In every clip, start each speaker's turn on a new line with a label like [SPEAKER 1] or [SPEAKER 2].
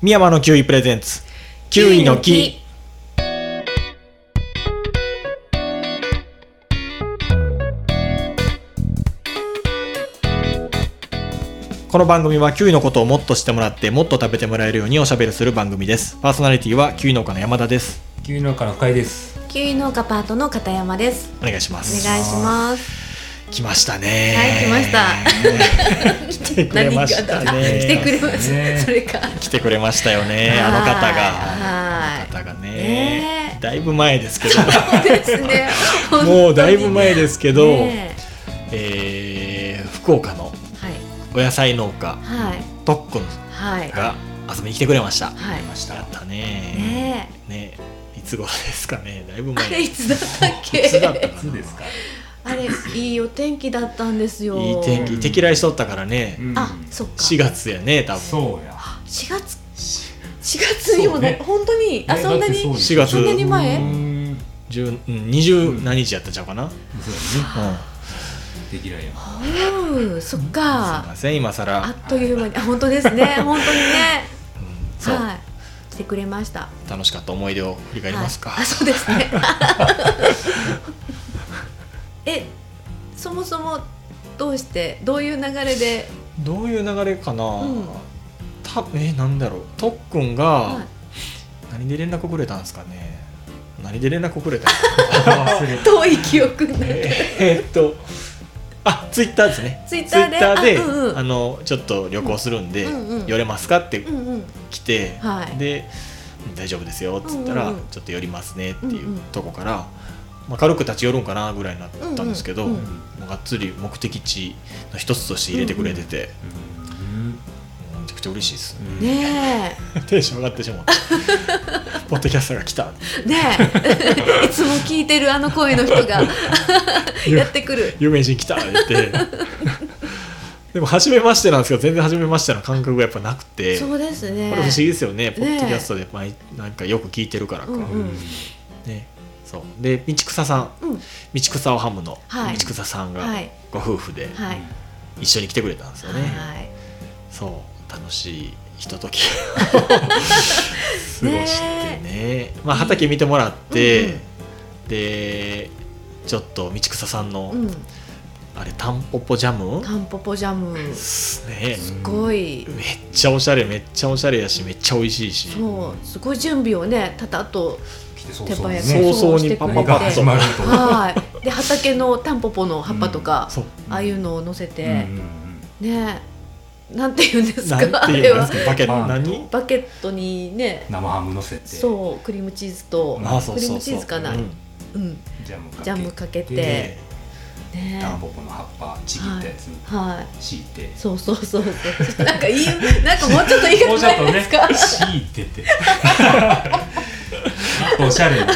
[SPEAKER 1] 深山のキウイプレゼンツキウイの木この番組はキウイのことをもっと知ってもらってもっと食べてもらえるようにおしゃべりする番組ですパーソナリティはキウイ農家の山田です
[SPEAKER 2] キウイ農家の深井です。
[SPEAKER 3] キウイ農家パートの片山です。
[SPEAKER 1] お願いしま
[SPEAKER 3] お
[SPEAKER 1] す
[SPEAKER 3] 願いします。
[SPEAKER 1] 来ましたね
[SPEAKER 3] はい来ま
[SPEAKER 1] た来てくれました
[SPEAKER 3] 何があ
[SPEAKER 1] ね
[SPEAKER 3] 来てくれまし
[SPEAKER 2] ね
[SPEAKER 3] た。それか。
[SPEAKER 1] 来てくれましたよねあの方が
[SPEAKER 3] はい
[SPEAKER 1] あの方がね、
[SPEAKER 3] ねえ
[SPEAKER 1] だいぶ前ですけど
[SPEAKER 3] そうですね。
[SPEAKER 1] もうだいぶ前ですけど、
[SPEAKER 3] ね
[SPEAKER 1] えー福岡の
[SPEAKER 3] えは
[SPEAKER 1] お
[SPEAKER 3] い
[SPEAKER 1] 野菜農家
[SPEAKER 3] はい
[SPEAKER 1] とっくん
[SPEAKER 3] はい
[SPEAKER 1] が遊びに来てくれました。
[SPEAKER 3] はい
[SPEAKER 2] ました
[SPEAKER 1] やったね
[SPEAKER 3] ね
[SPEAKER 1] ねいつ頃ですかね。だいぶ
[SPEAKER 3] え。あれ
[SPEAKER 1] 前。
[SPEAKER 3] いつだったっ
[SPEAKER 1] いつだった
[SPEAKER 3] け？
[SPEAKER 1] か
[SPEAKER 2] いつ
[SPEAKER 1] な。い
[SPEAKER 2] ですか。
[SPEAKER 3] あれいいお天気だったんですよ。
[SPEAKER 1] い天気。手嫌いしとったからね。
[SPEAKER 3] あそっか。
[SPEAKER 1] 4。月やね多分。
[SPEAKER 2] そうや。
[SPEAKER 3] 四月
[SPEAKER 2] し
[SPEAKER 3] 四月にも
[SPEAKER 2] そう
[SPEAKER 3] ね
[SPEAKER 2] ね
[SPEAKER 3] 本当にあ
[SPEAKER 2] ね
[SPEAKER 3] そんな
[SPEAKER 2] だってそう
[SPEAKER 3] に
[SPEAKER 2] です
[SPEAKER 1] 4月
[SPEAKER 3] そんなに前
[SPEAKER 2] うーん
[SPEAKER 1] 十うん二十何日やったんちゃうかな。うん。す
[SPEAKER 2] そうやね。できないや。
[SPEAKER 3] うんそっ
[SPEAKER 1] い
[SPEAKER 3] か
[SPEAKER 1] ま。せん今更。
[SPEAKER 3] あっという間にあ本当で すね本当にね。
[SPEAKER 1] うんそう
[SPEAKER 3] はい。してくれました。
[SPEAKER 1] 楽しかった思い出を振り返りますか
[SPEAKER 3] はい。あそうです ねえそもそもどうしてどういう流れで
[SPEAKER 1] どういう流れかな
[SPEAKER 3] うん。
[SPEAKER 1] たえなんだろう。とっくん
[SPEAKER 3] は
[SPEAKER 1] が
[SPEAKER 3] い
[SPEAKER 1] 何で連絡くれたんですかね。何で連絡くれたんですか。
[SPEAKER 2] 忘れ
[SPEAKER 3] 遠い記憶になる
[SPEAKER 1] えーっとあツイッターですね
[SPEAKER 3] ツイッターで
[SPEAKER 1] であ
[SPEAKER 3] あうんうん
[SPEAKER 1] のちょっと旅行するんで、
[SPEAKER 3] うんうん
[SPEAKER 1] 寄れますかって
[SPEAKER 3] うんうん
[SPEAKER 1] 来て、
[SPEAKER 3] はい
[SPEAKER 1] でうん大丈夫ですよっつったら、
[SPEAKER 3] うんうんうん
[SPEAKER 1] ちょっと寄りますねっていう
[SPEAKER 3] うんうん
[SPEAKER 1] とこから、まあ、軽く立ち寄るんかなぐらいになったんですけど、
[SPEAKER 3] うんうんうん
[SPEAKER 1] もうがっつり目的地の一つとして入れてくれてて、うんめちゃくちゃ嬉しいです、
[SPEAKER 2] うん
[SPEAKER 3] ね
[SPEAKER 1] テンション上がってしまった ポッドキャスターが来た
[SPEAKER 3] えね えいつも聞いてるあの声の人がやってくる
[SPEAKER 1] 有名人来たって言って でも初めましてなんですけど全然初めましての感覚がやっぱなくて
[SPEAKER 3] そうですね
[SPEAKER 1] これ不思議ですよねポッドキャストで毎なんかよく聞いてるからか、
[SPEAKER 3] うん
[SPEAKER 2] うん
[SPEAKER 1] ねそうで道草さん
[SPEAKER 3] うん
[SPEAKER 1] 道草をハムの
[SPEAKER 3] はい
[SPEAKER 1] 道草さんが
[SPEAKER 3] はい
[SPEAKER 1] ご夫婦で
[SPEAKER 3] はい
[SPEAKER 1] 一緒に来てくれたんですよね、
[SPEAKER 3] はい
[SPEAKER 1] そう楽しいひととき を過ごしてねまあ、畑見てもらって、
[SPEAKER 3] うん
[SPEAKER 1] でちょっと道草さんの、
[SPEAKER 3] う
[SPEAKER 1] あれタンポポジャム
[SPEAKER 3] んタンポポジャム
[SPEAKER 1] っ
[SPEAKER 3] す
[SPEAKER 1] すね
[SPEAKER 3] ごい
[SPEAKER 1] めっちゃおしゃれめっちゃおしゃれやしめっちゃ美味しいし
[SPEAKER 3] そうすごい準備をねたたっと
[SPEAKER 2] 来てそう
[SPEAKER 3] 手
[SPEAKER 2] そう
[SPEAKER 3] 早く
[SPEAKER 1] そう
[SPEAKER 2] ね。
[SPEAKER 1] 早々に
[SPEAKER 3] してくれて
[SPEAKER 1] パパパッ
[SPEAKER 2] 始まると。
[SPEAKER 3] はい。で畑のタンポポの葉っぱとか、
[SPEAKER 1] そう
[SPEAKER 3] ああいうのを乗せ
[SPEAKER 2] うん
[SPEAKER 3] て、
[SPEAKER 2] うん
[SPEAKER 3] ねえ、なんて言うんですか。
[SPEAKER 1] なんて
[SPEAKER 3] あ
[SPEAKER 1] い
[SPEAKER 3] れ
[SPEAKER 1] うんで
[SPEAKER 3] は
[SPEAKER 1] すかバケ
[SPEAKER 2] まあ
[SPEAKER 1] 何
[SPEAKER 3] バケットにね、
[SPEAKER 2] 生ハム乗せて。
[SPEAKER 3] そうクリームチーズと
[SPEAKER 2] あ
[SPEAKER 3] クリームチーズかな、う、
[SPEAKER 1] うん
[SPEAKER 2] ジャムかけ
[SPEAKER 3] ジャムかけて
[SPEAKER 1] で
[SPEAKER 3] ね
[SPEAKER 2] タン
[SPEAKER 3] え、
[SPEAKER 2] ポポの葉っぱちぎったやつに
[SPEAKER 3] はい。
[SPEAKER 2] 敷いて。
[SPEAKER 3] そうそうそうそう。なんかいい、なんかもうちょっと言い
[SPEAKER 2] も
[SPEAKER 3] 方
[SPEAKER 2] うちょっ
[SPEAKER 3] な
[SPEAKER 2] と
[SPEAKER 3] いで
[SPEAKER 2] ね
[SPEAKER 3] すか。、
[SPEAKER 2] 敷い てて。おしゃれにね。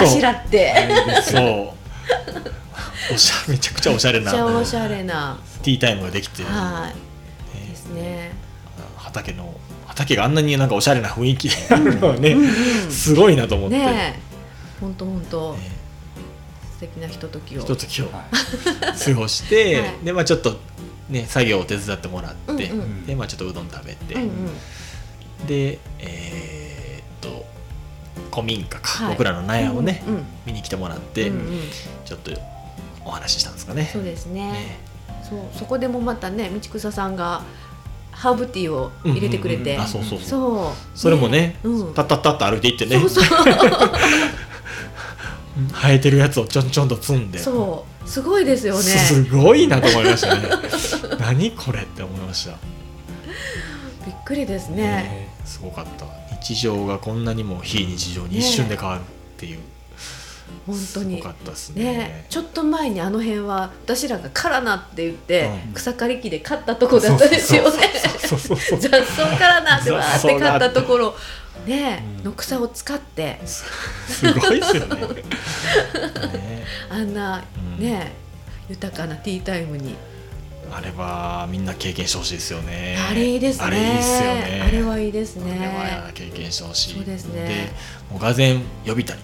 [SPEAKER 3] あしらって。
[SPEAKER 1] そうおしゃめ ちゃくちゃおしゃれ
[SPEAKER 3] めっ
[SPEAKER 1] な
[SPEAKER 3] ちゃおしゃれな、
[SPEAKER 1] ティータイムができて、
[SPEAKER 3] はい、ですね。
[SPEAKER 1] 畑の畑があんなになんかおしゃれな雰囲気で あるのはね、すごいなと思って、
[SPEAKER 3] ねえ、本当本当
[SPEAKER 1] ね
[SPEAKER 3] 素敵なひとときを
[SPEAKER 1] ひ。とときを
[SPEAKER 2] は
[SPEAKER 1] 過ごして、
[SPEAKER 3] はい
[SPEAKER 1] でまあちょっとね作業を手伝ってもらって、
[SPEAKER 3] うんうん
[SPEAKER 1] でまあちょっとうどん食べて、
[SPEAKER 3] うんうん、
[SPEAKER 1] でえーっと古民家か、
[SPEAKER 3] はい
[SPEAKER 1] 僕らの納屋をね、
[SPEAKER 3] うんうん
[SPEAKER 1] 見に来てもらって、
[SPEAKER 3] うんうん
[SPEAKER 1] ちょっとお話ししたんですかね。
[SPEAKER 3] そうですね
[SPEAKER 1] ね
[SPEAKER 3] そうそこでもまたね道草さんがハーブティーを入れてくれ
[SPEAKER 2] うんうん
[SPEAKER 3] て、
[SPEAKER 2] うん
[SPEAKER 1] あそうそうそう
[SPEAKER 3] そう
[SPEAKER 1] それもね、
[SPEAKER 3] うん
[SPEAKER 1] たったったっと歩いていってね
[SPEAKER 3] そうそう
[SPEAKER 1] 生えてるやつをちょんちょんと積んで
[SPEAKER 3] そうすごいですよね
[SPEAKER 1] すごいなと思いましたね何これって思いました
[SPEAKER 3] びっくりです
[SPEAKER 2] い。
[SPEAKER 3] ね
[SPEAKER 1] すごかった日常がこんなにも非日常に一瞬で変わるっていう、
[SPEAKER 3] 本当
[SPEAKER 1] す
[SPEAKER 3] に
[SPEAKER 1] ごかったですね
[SPEAKER 3] ねちょっと前にあの辺は私らが「カラナ」って言って、
[SPEAKER 1] うん
[SPEAKER 3] 草刈り機で刈ったとこだったですよね
[SPEAKER 1] そうそうそう
[SPEAKER 3] 雑草カラナってわーって刈ったところね
[SPEAKER 2] うん
[SPEAKER 3] の草を使って
[SPEAKER 1] すごいですよねね
[SPEAKER 3] あんな
[SPEAKER 1] うん
[SPEAKER 3] ね豊かなティータイムに
[SPEAKER 1] あれはみんな経験してほしいですよね
[SPEAKER 3] あれいいですね。
[SPEAKER 1] あれいいっすよね
[SPEAKER 3] あれはいいです
[SPEAKER 1] あれは
[SPEAKER 3] ね。
[SPEAKER 1] 経験してほしい
[SPEAKER 3] そうですね
[SPEAKER 1] でもうがぜん呼びたり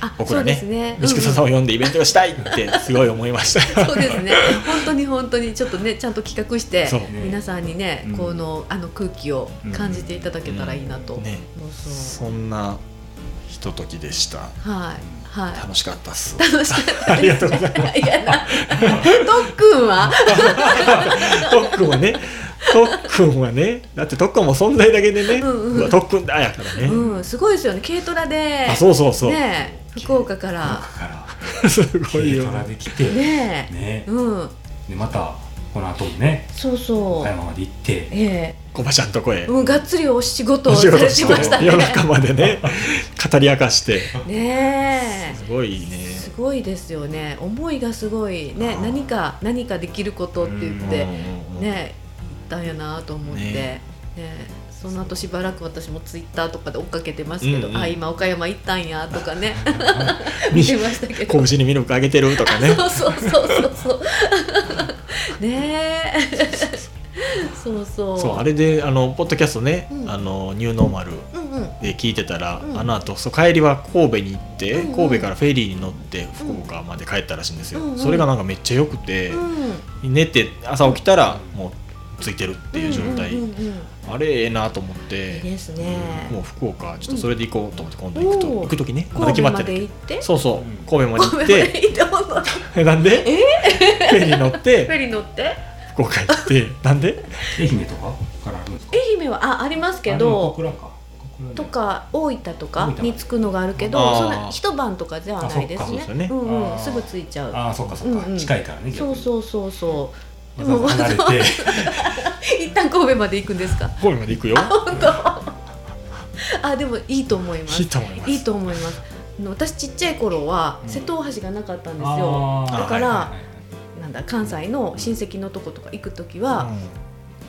[SPEAKER 3] あ
[SPEAKER 1] 僕らね
[SPEAKER 3] そうですね
[SPEAKER 1] 道草さんを呼んでイベントをしたいってすごい思いました。
[SPEAKER 3] そうですね。本当に本当にちょっとねちゃんと企画して
[SPEAKER 1] そう
[SPEAKER 3] 皆さんにね、
[SPEAKER 2] うん
[SPEAKER 3] このあの空気を感じていただけたらいいなと。
[SPEAKER 1] うんね
[SPEAKER 3] そうそう
[SPEAKER 1] そんなひとときでした。
[SPEAKER 3] はいは
[SPEAKER 1] 楽しかったっ す。
[SPEAKER 3] い。楽しかった
[SPEAKER 1] ありがとうござい
[SPEAKER 3] いやな。とっくんは。
[SPEAKER 1] ます。とっくんはね、とっくんはね、だってとっくんも存在だけでね、
[SPEAKER 3] うんうん
[SPEAKER 1] うわとっくんだやからね。
[SPEAKER 3] うんすごいですよね軽トラで。
[SPEAKER 1] あ、そうそうそう。
[SPEAKER 3] ね福岡から
[SPEAKER 2] 僕から
[SPEAKER 1] すごい
[SPEAKER 2] 軽
[SPEAKER 1] よ
[SPEAKER 2] ト。ラで来て、ね
[SPEAKER 3] ねうん
[SPEAKER 2] でまたこの後にね
[SPEAKER 3] そうそ
[SPEAKER 2] 岡
[SPEAKER 3] う。
[SPEAKER 2] 山まで行って
[SPEAKER 3] え
[SPEAKER 1] コバちゃんとこへ
[SPEAKER 3] え。もうがっつりお仕事
[SPEAKER 1] お
[SPEAKER 3] を
[SPEAKER 1] 仕
[SPEAKER 3] され
[SPEAKER 1] 事
[SPEAKER 3] て
[SPEAKER 1] し
[SPEAKER 3] ました
[SPEAKER 1] て
[SPEAKER 3] ね。
[SPEAKER 1] 夜中までね語り明かして
[SPEAKER 3] ねえ
[SPEAKER 1] す。ごいね
[SPEAKER 3] すごいですよね思いがすごいね
[SPEAKER 2] あー
[SPEAKER 3] 何か何かできることって言ってね
[SPEAKER 1] うん
[SPEAKER 3] 言ったんやなと思って
[SPEAKER 1] ね
[SPEAKER 3] ねその後しばらく私もツイッターとかで追っかけてますけど、
[SPEAKER 1] うんうん
[SPEAKER 3] あ今岡山行ったんやとかね
[SPEAKER 1] み
[SPEAKER 3] 見てましたけど
[SPEAKER 1] 拳にミルクあげてるとかね
[SPEAKER 3] そうそうそうそうそう ねえそうそう
[SPEAKER 1] そうあれであのポッドキャストね、
[SPEAKER 3] うん
[SPEAKER 1] あのニューノーマル
[SPEAKER 3] うんうん
[SPEAKER 1] で聞いてたら、
[SPEAKER 3] うん
[SPEAKER 1] あの後そう帰りは神戸に行って、
[SPEAKER 3] うんうん
[SPEAKER 1] 神戸からフェリーに乗って福岡まで帰ったらしいんですよ、
[SPEAKER 3] うんうん
[SPEAKER 1] それがなんかめっちゃ良くて、
[SPEAKER 3] うん
[SPEAKER 1] 寝て朝起きたらもうついてるっていう状態、
[SPEAKER 3] うんうんうんうん
[SPEAKER 1] あれええなと思っ
[SPEAKER 3] いい
[SPEAKER 1] て
[SPEAKER 3] ですね
[SPEAKER 1] もう福岡ちょっとそれで行こうと思って今度行くと、
[SPEAKER 3] おー
[SPEAKER 1] 行く時ねまだ
[SPEAKER 3] 神
[SPEAKER 1] 決ま
[SPEAKER 3] 戸ま
[SPEAKER 1] ってな
[SPEAKER 3] で
[SPEAKER 1] い
[SPEAKER 3] 行って
[SPEAKER 1] そうそう
[SPEAKER 2] うん
[SPEAKER 1] 神戸まで行っ
[SPEAKER 3] 神戸まで
[SPEAKER 1] て
[SPEAKER 3] 行ってほんと
[SPEAKER 1] えなんで、フェリー乗っ
[SPEAKER 3] フェ
[SPEAKER 1] て
[SPEAKER 3] リー乗って
[SPEAKER 1] 福岡行ってなんで
[SPEAKER 2] 愛媛とかからあるんですか
[SPEAKER 3] 愛媛はあありますけ
[SPEAKER 2] あでも
[SPEAKER 3] ど
[SPEAKER 2] 小倉か小倉ね
[SPEAKER 3] とか大分とか
[SPEAKER 2] 大分
[SPEAKER 3] に着くのがあるけど
[SPEAKER 1] あー
[SPEAKER 3] そんな一晩とかではないです
[SPEAKER 2] あそ
[SPEAKER 1] っかそう
[SPEAKER 3] ね
[SPEAKER 1] ですよね
[SPEAKER 3] うんう
[SPEAKER 2] あ
[SPEAKER 3] ん、
[SPEAKER 2] ー
[SPEAKER 3] すぐ着いちゃう
[SPEAKER 2] ああそっかそっか、
[SPEAKER 3] うんうん
[SPEAKER 2] 近いからね
[SPEAKER 3] そうそうそうそうで
[SPEAKER 2] うわざ
[SPEAKER 3] も
[SPEAKER 2] わざ離れて
[SPEAKER 3] わざわざ 一旦神戸まで行くんですか
[SPEAKER 1] 神戸まで行くよ
[SPEAKER 3] あでもいいと思いま
[SPEAKER 1] い
[SPEAKER 3] す
[SPEAKER 1] いと思います
[SPEAKER 3] いいと思いますあの私ちっちゃい頃は
[SPEAKER 2] うん
[SPEAKER 3] 瀬戸大橋がなかったんですよ、
[SPEAKER 2] あー
[SPEAKER 1] だから
[SPEAKER 2] はいはいはい
[SPEAKER 3] なんだ関西の親戚のとことか行く時は、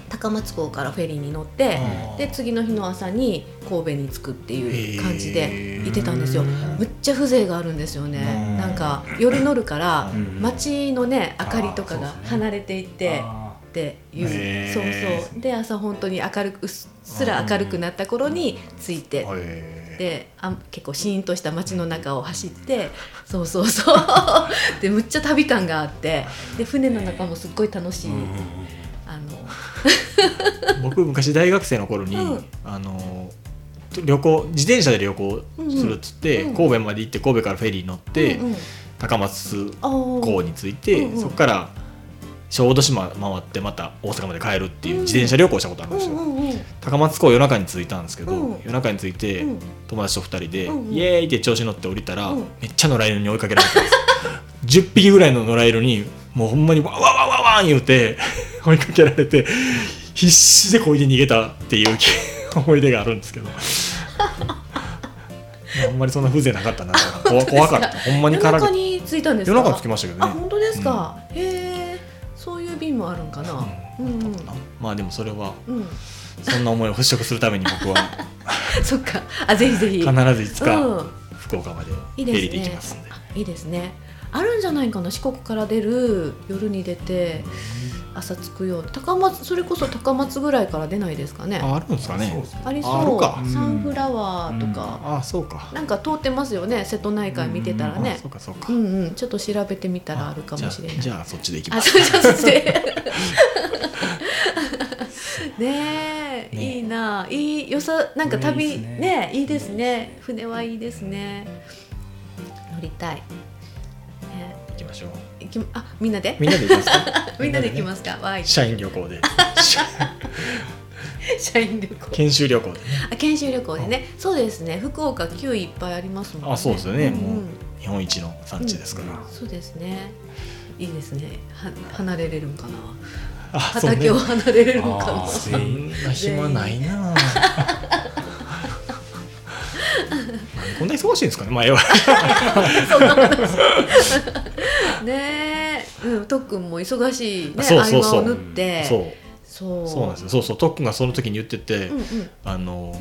[SPEAKER 3] 高松港からフェリーに乗って、で次の日の朝に神戸に着くっていう感じで行ってたんですよむっちゃ風情があるんですよ
[SPEAKER 1] う
[SPEAKER 3] ね
[SPEAKER 1] ん
[SPEAKER 3] なんか夜乗るから
[SPEAKER 1] うん
[SPEAKER 2] うん
[SPEAKER 3] 街のね明かりとかが
[SPEAKER 2] あーそうですね
[SPEAKER 3] 離れていって
[SPEAKER 2] あ
[SPEAKER 3] っていう
[SPEAKER 1] へ
[SPEAKER 3] そう
[SPEAKER 1] ー
[SPEAKER 3] そうで朝本当に明るくうっすら明るくなった頃に着いて
[SPEAKER 1] で
[SPEAKER 3] であ結構シーンとした街の中を走ってそうそうそう でむっちゃ旅感があってで船の中もすっごい楽し
[SPEAKER 2] ー
[SPEAKER 3] い
[SPEAKER 2] うんうんうん
[SPEAKER 3] あの
[SPEAKER 1] 僕昔大学生の頃に、
[SPEAKER 3] うん
[SPEAKER 1] あの旅行自転車で旅行するっつって、
[SPEAKER 3] うんうん
[SPEAKER 1] 神戸まで行って神戸からフェリー乗って、
[SPEAKER 3] うんうん
[SPEAKER 1] 高松
[SPEAKER 3] あー
[SPEAKER 1] 港に着いて、
[SPEAKER 3] うんうん
[SPEAKER 1] そこから小豆島回ってまた大阪まで帰るっていう自転車旅行したことあるん
[SPEAKER 3] うん
[SPEAKER 1] ですよ、
[SPEAKER 3] うんうん
[SPEAKER 1] 高松港夜中に着いたんですけど、
[SPEAKER 3] うん
[SPEAKER 1] 夜中に着いて、
[SPEAKER 3] うん
[SPEAKER 1] 友達と2人で、
[SPEAKER 3] うんうん
[SPEAKER 1] イエーイって調子に乗って降りたら、
[SPEAKER 3] うん
[SPEAKER 1] めっちゃ野良犬に追いかけられてます 10匹ぐらいの野良犬にもうほんまにわわわわわん言うて 追いかけられて必死でこいで逃げたっていうき 思い出があるんですけど あんまりそんな風情なかったな怖怖かったほんまに
[SPEAKER 3] 夜
[SPEAKER 1] から
[SPEAKER 3] 中
[SPEAKER 1] れ
[SPEAKER 3] に着いたんですか
[SPEAKER 1] 夜中に着きましたけど
[SPEAKER 3] あ
[SPEAKER 1] ね
[SPEAKER 3] 本当ですか、へえそういう便もあるんかな、う
[SPEAKER 1] うん
[SPEAKER 3] うんん
[SPEAKER 1] だったかなまあでもそれは
[SPEAKER 3] うん、
[SPEAKER 1] そんな思いを払拭するために僕は
[SPEAKER 3] そっかあぜひぜひ
[SPEAKER 1] 必ずいつ
[SPEAKER 3] う
[SPEAKER 1] か
[SPEAKER 3] ん、
[SPEAKER 1] 福岡まで
[SPEAKER 3] いい
[SPEAKER 1] フェリーで
[SPEAKER 3] で
[SPEAKER 1] 行
[SPEAKER 3] す
[SPEAKER 1] き
[SPEAKER 3] ね
[SPEAKER 1] ますんで。
[SPEAKER 3] あいいですねあるんじゃないかな四国から出る夜に出て朝着くよう高松それこそ高松ぐらいから出ないですかねあ
[SPEAKER 1] ああるんですかね
[SPEAKER 2] そうですね
[SPEAKER 3] り
[SPEAKER 1] あ
[SPEAKER 3] そ
[SPEAKER 1] る
[SPEAKER 3] う
[SPEAKER 1] か
[SPEAKER 3] サンフラワーとか、
[SPEAKER 1] ああそうか
[SPEAKER 3] なんか通ってますよね瀬戸内海見てたら
[SPEAKER 1] あ
[SPEAKER 3] ね
[SPEAKER 1] そうかそうか
[SPEAKER 3] うんうんちょっと調べてみたらあるかもしれない
[SPEAKER 1] じゃあじゃあそっちで行きま
[SPEAKER 3] あ、
[SPEAKER 1] す
[SPEAKER 3] そうそうそう。ねえ、
[SPEAKER 1] ね
[SPEAKER 3] いいな、いい、よさ、なんか旅、
[SPEAKER 2] いいです
[SPEAKER 3] ね
[SPEAKER 2] ね
[SPEAKER 3] いいですね。船はいいですね。乗りたい。ね、
[SPEAKER 1] 行きましょう
[SPEAKER 3] 行き、あ、みんなで。
[SPEAKER 1] みんなで行きますか
[SPEAKER 3] みんなで行きますすか。わい、
[SPEAKER 1] 社員旅行で社
[SPEAKER 3] 社員旅 行。
[SPEAKER 1] 研修旅行でね
[SPEAKER 3] あ、研修旅行でね。そうですね。福岡九いっぱいありますもんね。
[SPEAKER 1] あそうですよね
[SPEAKER 3] んん
[SPEAKER 1] もう日本一の産地ですから、
[SPEAKER 3] そうですね。いいですね。は離れれるんかな。
[SPEAKER 1] あそうね
[SPEAKER 3] 畑を離れれるんかな
[SPEAKER 2] あ。ー
[SPEAKER 1] そんな暇ないなこんな忙しいんですかね前は
[SPEAKER 3] ねえ、うん、とっくんも忙しいね、
[SPEAKER 1] そうそうそう
[SPEAKER 3] 合間を縫って、
[SPEAKER 1] そう
[SPEAKER 3] そう、
[SPEAKER 1] そうなんですよそうそうとっくんがその時に言ってて、
[SPEAKER 3] うん
[SPEAKER 1] あの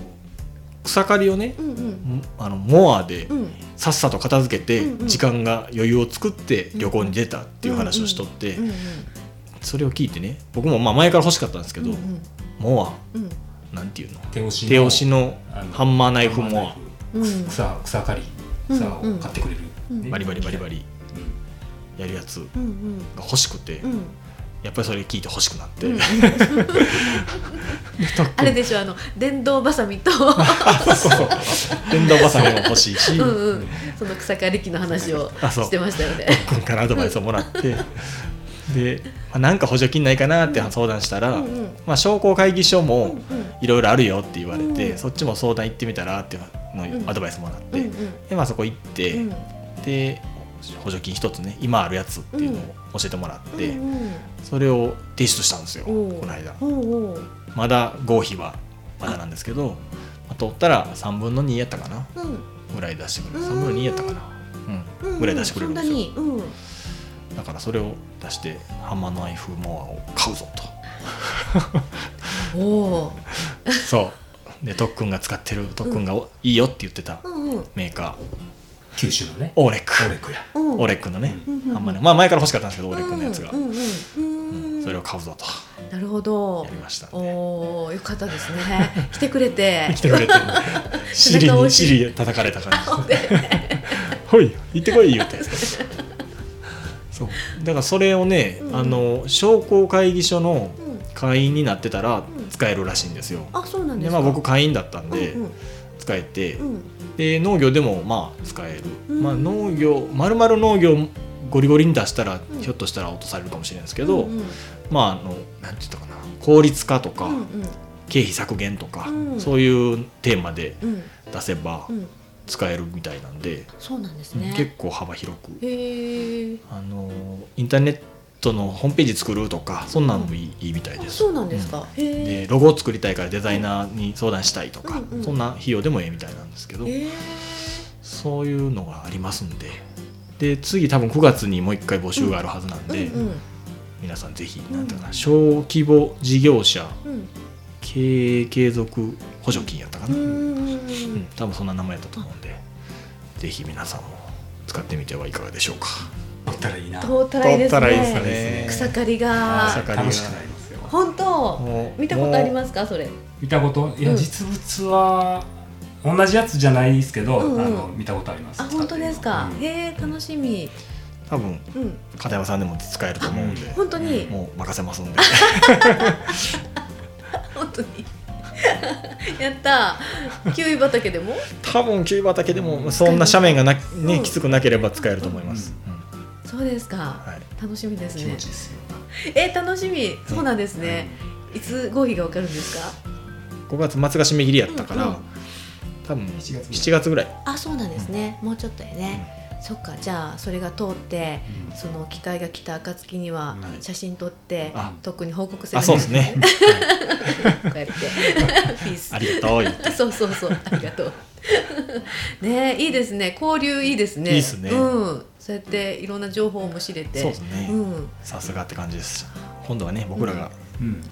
[SPEAKER 1] 草刈りをね、
[SPEAKER 3] うん、うん
[SPEAKER 1] あのモアで
[SPEAKER 3] うん、うん、
[SPEAKER 1] さっさと片付けて、
[SPEAKER 3] うんうん
[SPEAKER 1] 時間が余裕を作って旅行に出たっていう話をしとって、
[SPEAKER 3] うん、
[SPEAKER 1] それを聞いてね僕もまあ前から欲しかったんですけ
[SPEAKER 3] うん、
[SPEAKER 1] ど、
[SPEAKER 3] うん
[SPEAKER 1] モア
[SPEAKER 3] うん、
[SPEAKER 1] なんていうの
[SPEAKER 2] 手押しの
[SPEAKER 1] 手押しの
[SPEAKER 2] あの
[SPEAKER 1] ハンマーナイフモア
[SPEAKER 2] ハンマーナイフ
[SPEAKER 3] うん、
[SPEAKER 2] 草草刈りさ
[SPEAKER 3] うんう
[SPEAKER 2] を
[SPEAKER 3] ん
[SPEAKER 2] 買ってくれる、
[SPEAKER 3] うん
[SPEAKER 1] バリバリバリバ
[SPEAKER 2] リ、
[SPEAKER 1] リやるやつ
[SPEAKER 3] うんうん
[SPEAKER 1] が欲しくて、
[SPEAKER 3] うん
[SPEAKER 1] やっぱりそれ聞いて欲しくなって、
[SPEAKER 3] うん
[SPEAKER 1] 特に
[SPEAKER 3] あれでしょあの電動バサミと
[SPEAKER 1] そうそうそう電動バサミも欲しいし
[SPEAKER 3] うん
[SPEAKER 1] う
[SPEAKER 3] うんその草刈り機の話を
[SPEAKER 1] あそう
[SPEAKER 3] してましたよね。
[SPEAKER 1] んからアドバイスをもらってで、まあ、なんか補助金ないかなって
[SPEAKER 3] うん
[SPEAKER 1] 相談した
[SPEAKER 3] う
[SPEAKER 1] ら、
[SPEAKER 3] んうん
[SPEAKER 1] まあ、商工会議所
[SPEAKER 3] うん
[SPEAKER 1] もいろいろあるよって言われて、
[SPEAKER 3] うん
[SPEAKER 1] そっちも相談行ってみたらっていうの
[SPEAKER 3] うん
[SPEAKER 1] をアドバイスもらって、
[SPEAKER 3] うんうん
[SPEAKER 1] でまあそこ行って、
[SPEAKER 3] うん
[SPEAKER 1] で補助金一つね今あるやつっていうのを教えてもらって、
[SPEAKER 3] うん
[SPEAKER 1] それを提出したんですよ
[SPEAKER 3] おう
[SPEAKER 1] この間
[SPEAKER 3] うんおう
[SPEAKER 1] まだ合否はまだなんですけどまあ取ったら3分の2やったかな
[SPEAKER 3] うん
[SPEAKER 1] ぐらい出してくれる3分の2やったかな、
[SPEAKER 3] う
[SPEAKER 1] うん
[SPEAKER 3] うん
[SPEAKER 1] ん、ぐらい出してくれるんです
[SPEAKER 3] そ
[SPEAKER 1] よ
[SPEAKER 3] なにうん
[SPEAKER 1] だからそれを出してハンマーナイフモアを買うぞと
[SPEAKER 3] おう
[SPEAKER 1] そうで特訓が使ってる特訓がおいいよって言ってた
[SPEAKER 3] うんうん
[SPEAKER 1] メーカー
[SPEAKER 2] 九州のね
[SPEAKER 1] オーレック
[SPEAKER 2] オレクや
[SPEAKER 3] うん
[SPEAKER 1] オーレックのね、
[SPEAKER 3] うんうん
[SPEAKER 1] ハンマーナイフまあ前から欲しかったんですけどオーレックのやつが
[SPEAKER 3] う、んうんうんうん
[SPEAKER 1] それを買うぞと
[SPEAKER 3] なるほど
[SPEAKER 1] やりましたんで
[SPEAKER 3] おおよかったですね来てくれて
[SPEAKER 1] 来て くれて尻に尻叩かれた感じほい行ってこい言うてそうだからそれをね、
[SPEAKER 3] うん
[SPEAKER 1] あの商工会議所の
[SPEAKER 3] うん
[SPEAKER 1] 会員になってたら
[SPEAKER 3] うん
[SPEAKER 1] 使えるらしいんですよ、
[SPEAKER 3] あそうなんで
[SPEAKER 1] ですま
[SPEAKER 3] か
[SPEAKER 1] あ僕会員だったんで
[SPEAKER 3] うん
[SPEAKER 1] 使えて、
[SPEAKER 3] うんうん
[SPEAKER 1] で農業でもまあ使える、
[SPEAKER 3] うん
[SPEAKER 1] まあ農業まるまる農業ゴリゴリに出したら、
[SPEAKER 3] うん
[SPEAKER 1] ひょっとしたら落とされるかもしれないですけど、
[SPEAKER 3] うんうん
[SPEAKER 1] まああのなんて言ったかな効率化とか、
[SPEAKER 3] うん
[SPEAKER 1] 経費削減とか、
[SPEAKER 3] うん
[SPEAKER 1] そういうテーマで
[SPEAKER 3] うん
[SPEAKER 1] 出せば
[SPEAKER 3] うんうん
[SPEAKER 1] 使えるみたいなんで、
[SPEAKER 3] そうなんですね
[SPEAKER 1] 結構幅広く
[SPEAKER 3] へえ
[SPEAKER 1] あのインターネットのホームページ作るとかそんなのもいい,、いいみたいで
[SPEAKER 3] あ
[SPEAKER 1] す
[SPEAKER 3] そうなんですかへ
[SPEAKER 1] で
[SPEAKER 3] え
[SPEAKER 1] ロゴを作りたいからデザイナーに相談したいとか、
[SPEAKER 3] うんうん
[SPEAKER 1] そんな費用でもええみたいなんですけど、
[SPEAKER 3] へえ
[SPEAKER 1] そういうのがありますんでで次多分9月にもう一回募集があるはずなんで、
[SPEAKER 3] うん
[SPEAKER 1] 皆さんぜひ
[SPEAKER 3] ん
[SPEAKER 1] なんていうかな小規模事業者
[SPEAKER 3] うん
[SPEAKER 1] 経営継続補助金やったか
[SPEAKER 3] う
[SPEAKER 1] な、
[SPEAKER 3] ん
[SPEAKER 1] うん
[SPEAKER 3] うんうん
[SPEAKER 1] 多分そんな名前やったと思うんでぜひ皆さんも使ってみてはいかがでしょうか。
[SPEAKER 2] 行ったらいいな
[SPEAKER 3] 通ったらいいです
[SPEAKER 1] 通ったらいいです
[SPEAKER 3] ね
[SPEAKER 1] ね
[SPEAKER 3] 草刈り
[SPEAKER 1] 草
[SPEAKER 3] が
[SPEAKER 1] 刈りが
[SPEAKER 2] 楽しくなりますよ
[SPEAKER 3] 本当
[SPEAKER 1] もう
[SPEAKER 3] 見たことあり
[SPEAKER 1] もう
[SPEAKER 3] ますかそれ
[SPEAKER 2] 見たこといや、
[SPEAKER 3] うん
[SPEAKER 2] 実物は同じやつじゃないですけど、
[SPEAKER 3] うんうん
[SPEAKER 2] あの見たことあります
[SPEAKER 3] あ本当ですかへえ楽しみ
[SPEAKER 1] 多分
[SPEAKER 3] うん
[SPEAKER 1] 片山さんでも使えると思うんで、
[SPEAKER 3] 本当に
[SPEAKER 1] もう任せますん で
[SPEAKER 3] 本当に やったキウイ畑でも
[SPEAKER 1] 多分キューバ畑でもそんな斜面がな、ねきつくなければ使えると思います、うん
[SPEAKER 3] そうですか
[SPEAKER 1] はい、
[SPEAKER 3] 楽しみです
[SPEAKER 2] 気持
[SPEAKER 3] ね
[SPEAKER 2] ちいいですよ
[SPEAKER 3] え楽しみそうなんですねいつ合否がわかるんですか
[SPEAKER 1] 5月末が締め切りやったから、
[SPEAKER 3] うんうん
[SPEAKER 1] 多分7
[SPEAKER 2] 7
[SPEAKER 1] 月
[SPEAKER 2] 月
[SPEAKER 1] ぐらい
[SPEAKER 3] あそうなんですねもうちょっとやねそっかじゃあそれが通って
[SPEAKER 2] うん
[SPEAKER 3] その機会が来た暁には
[SPEAKER 1] はい
[SPEAKER 3] 写真撮って
[SPEAKER 1] あ
[SPEAKER 3] 特に報告せ
[SPEAKER 1] あ
[SPEAKER 3] ず
[SPEAKER 1] そうですね はい
[SPEAKER 3] こ うやってピース
[SPEAKER 1] ありがとういい
[SPEAKER 3] そうそうそう、ありが とう。ねえ、いいですね、交流いいですね。
[SPEAKER 1] いいっすね
[SPEAKER 3] うん、そうやっていろんな情報も知れて。
[SPEAKER 1] そうですね
[SPEAKER 3] うん、
[SPEAKER 1] さすがって感じです今度はね僕らが
[SPEAKER 2] うん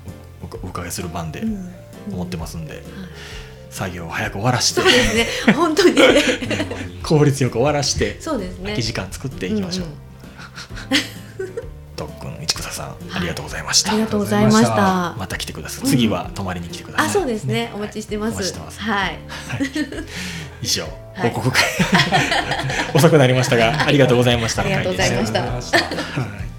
[SPEAKER 1] おかお伺いする番で
[SPEAKER 3] うん、
[SPEAKER 1] 思って
[SPEAKER 3] ま
[SPEAKER 1] ますんで、作業を早く終わらし
[SPEAKER 3] す。
[SPEAKER 1] て
[SPEAKER 3] そうですね、本当に。
[SPEAKER 1] 効率よく終わらして
[SPEAKER 3] そうですね。
[SPEAKER 1] 空き時間作っていきましょう、
[SPEAKER 3] んん
[SPEAKER 1] 特訓市草さんありがとうございました、
[SPEAKER 3] ありがとうございまし
[SPEAKER 2] ありがとうござい
[SPEAKER 3] た。
[SPEAKER 1] また来てください次は泊まりに来てください、
[SPEAKER 3] あ、そうですね、お
[SPEAKER 1] はい
[SPEAKER 3] 待ちしてま
[SPEAKER 1] お待ちし
[SPEAKER 3] す
[SPEAKER 1] てま。す
[SPEAKER 3] はい、
[SPEAKER 1] 以上
[SPEAKER 3] い
[SPEAKER 1] 報 告会、遅くなりましたがありがとうございました
[SPEAKER 3] ありがとうございました
[SPEAKER 2] ありがとうございました
[SPEAKER 1] はい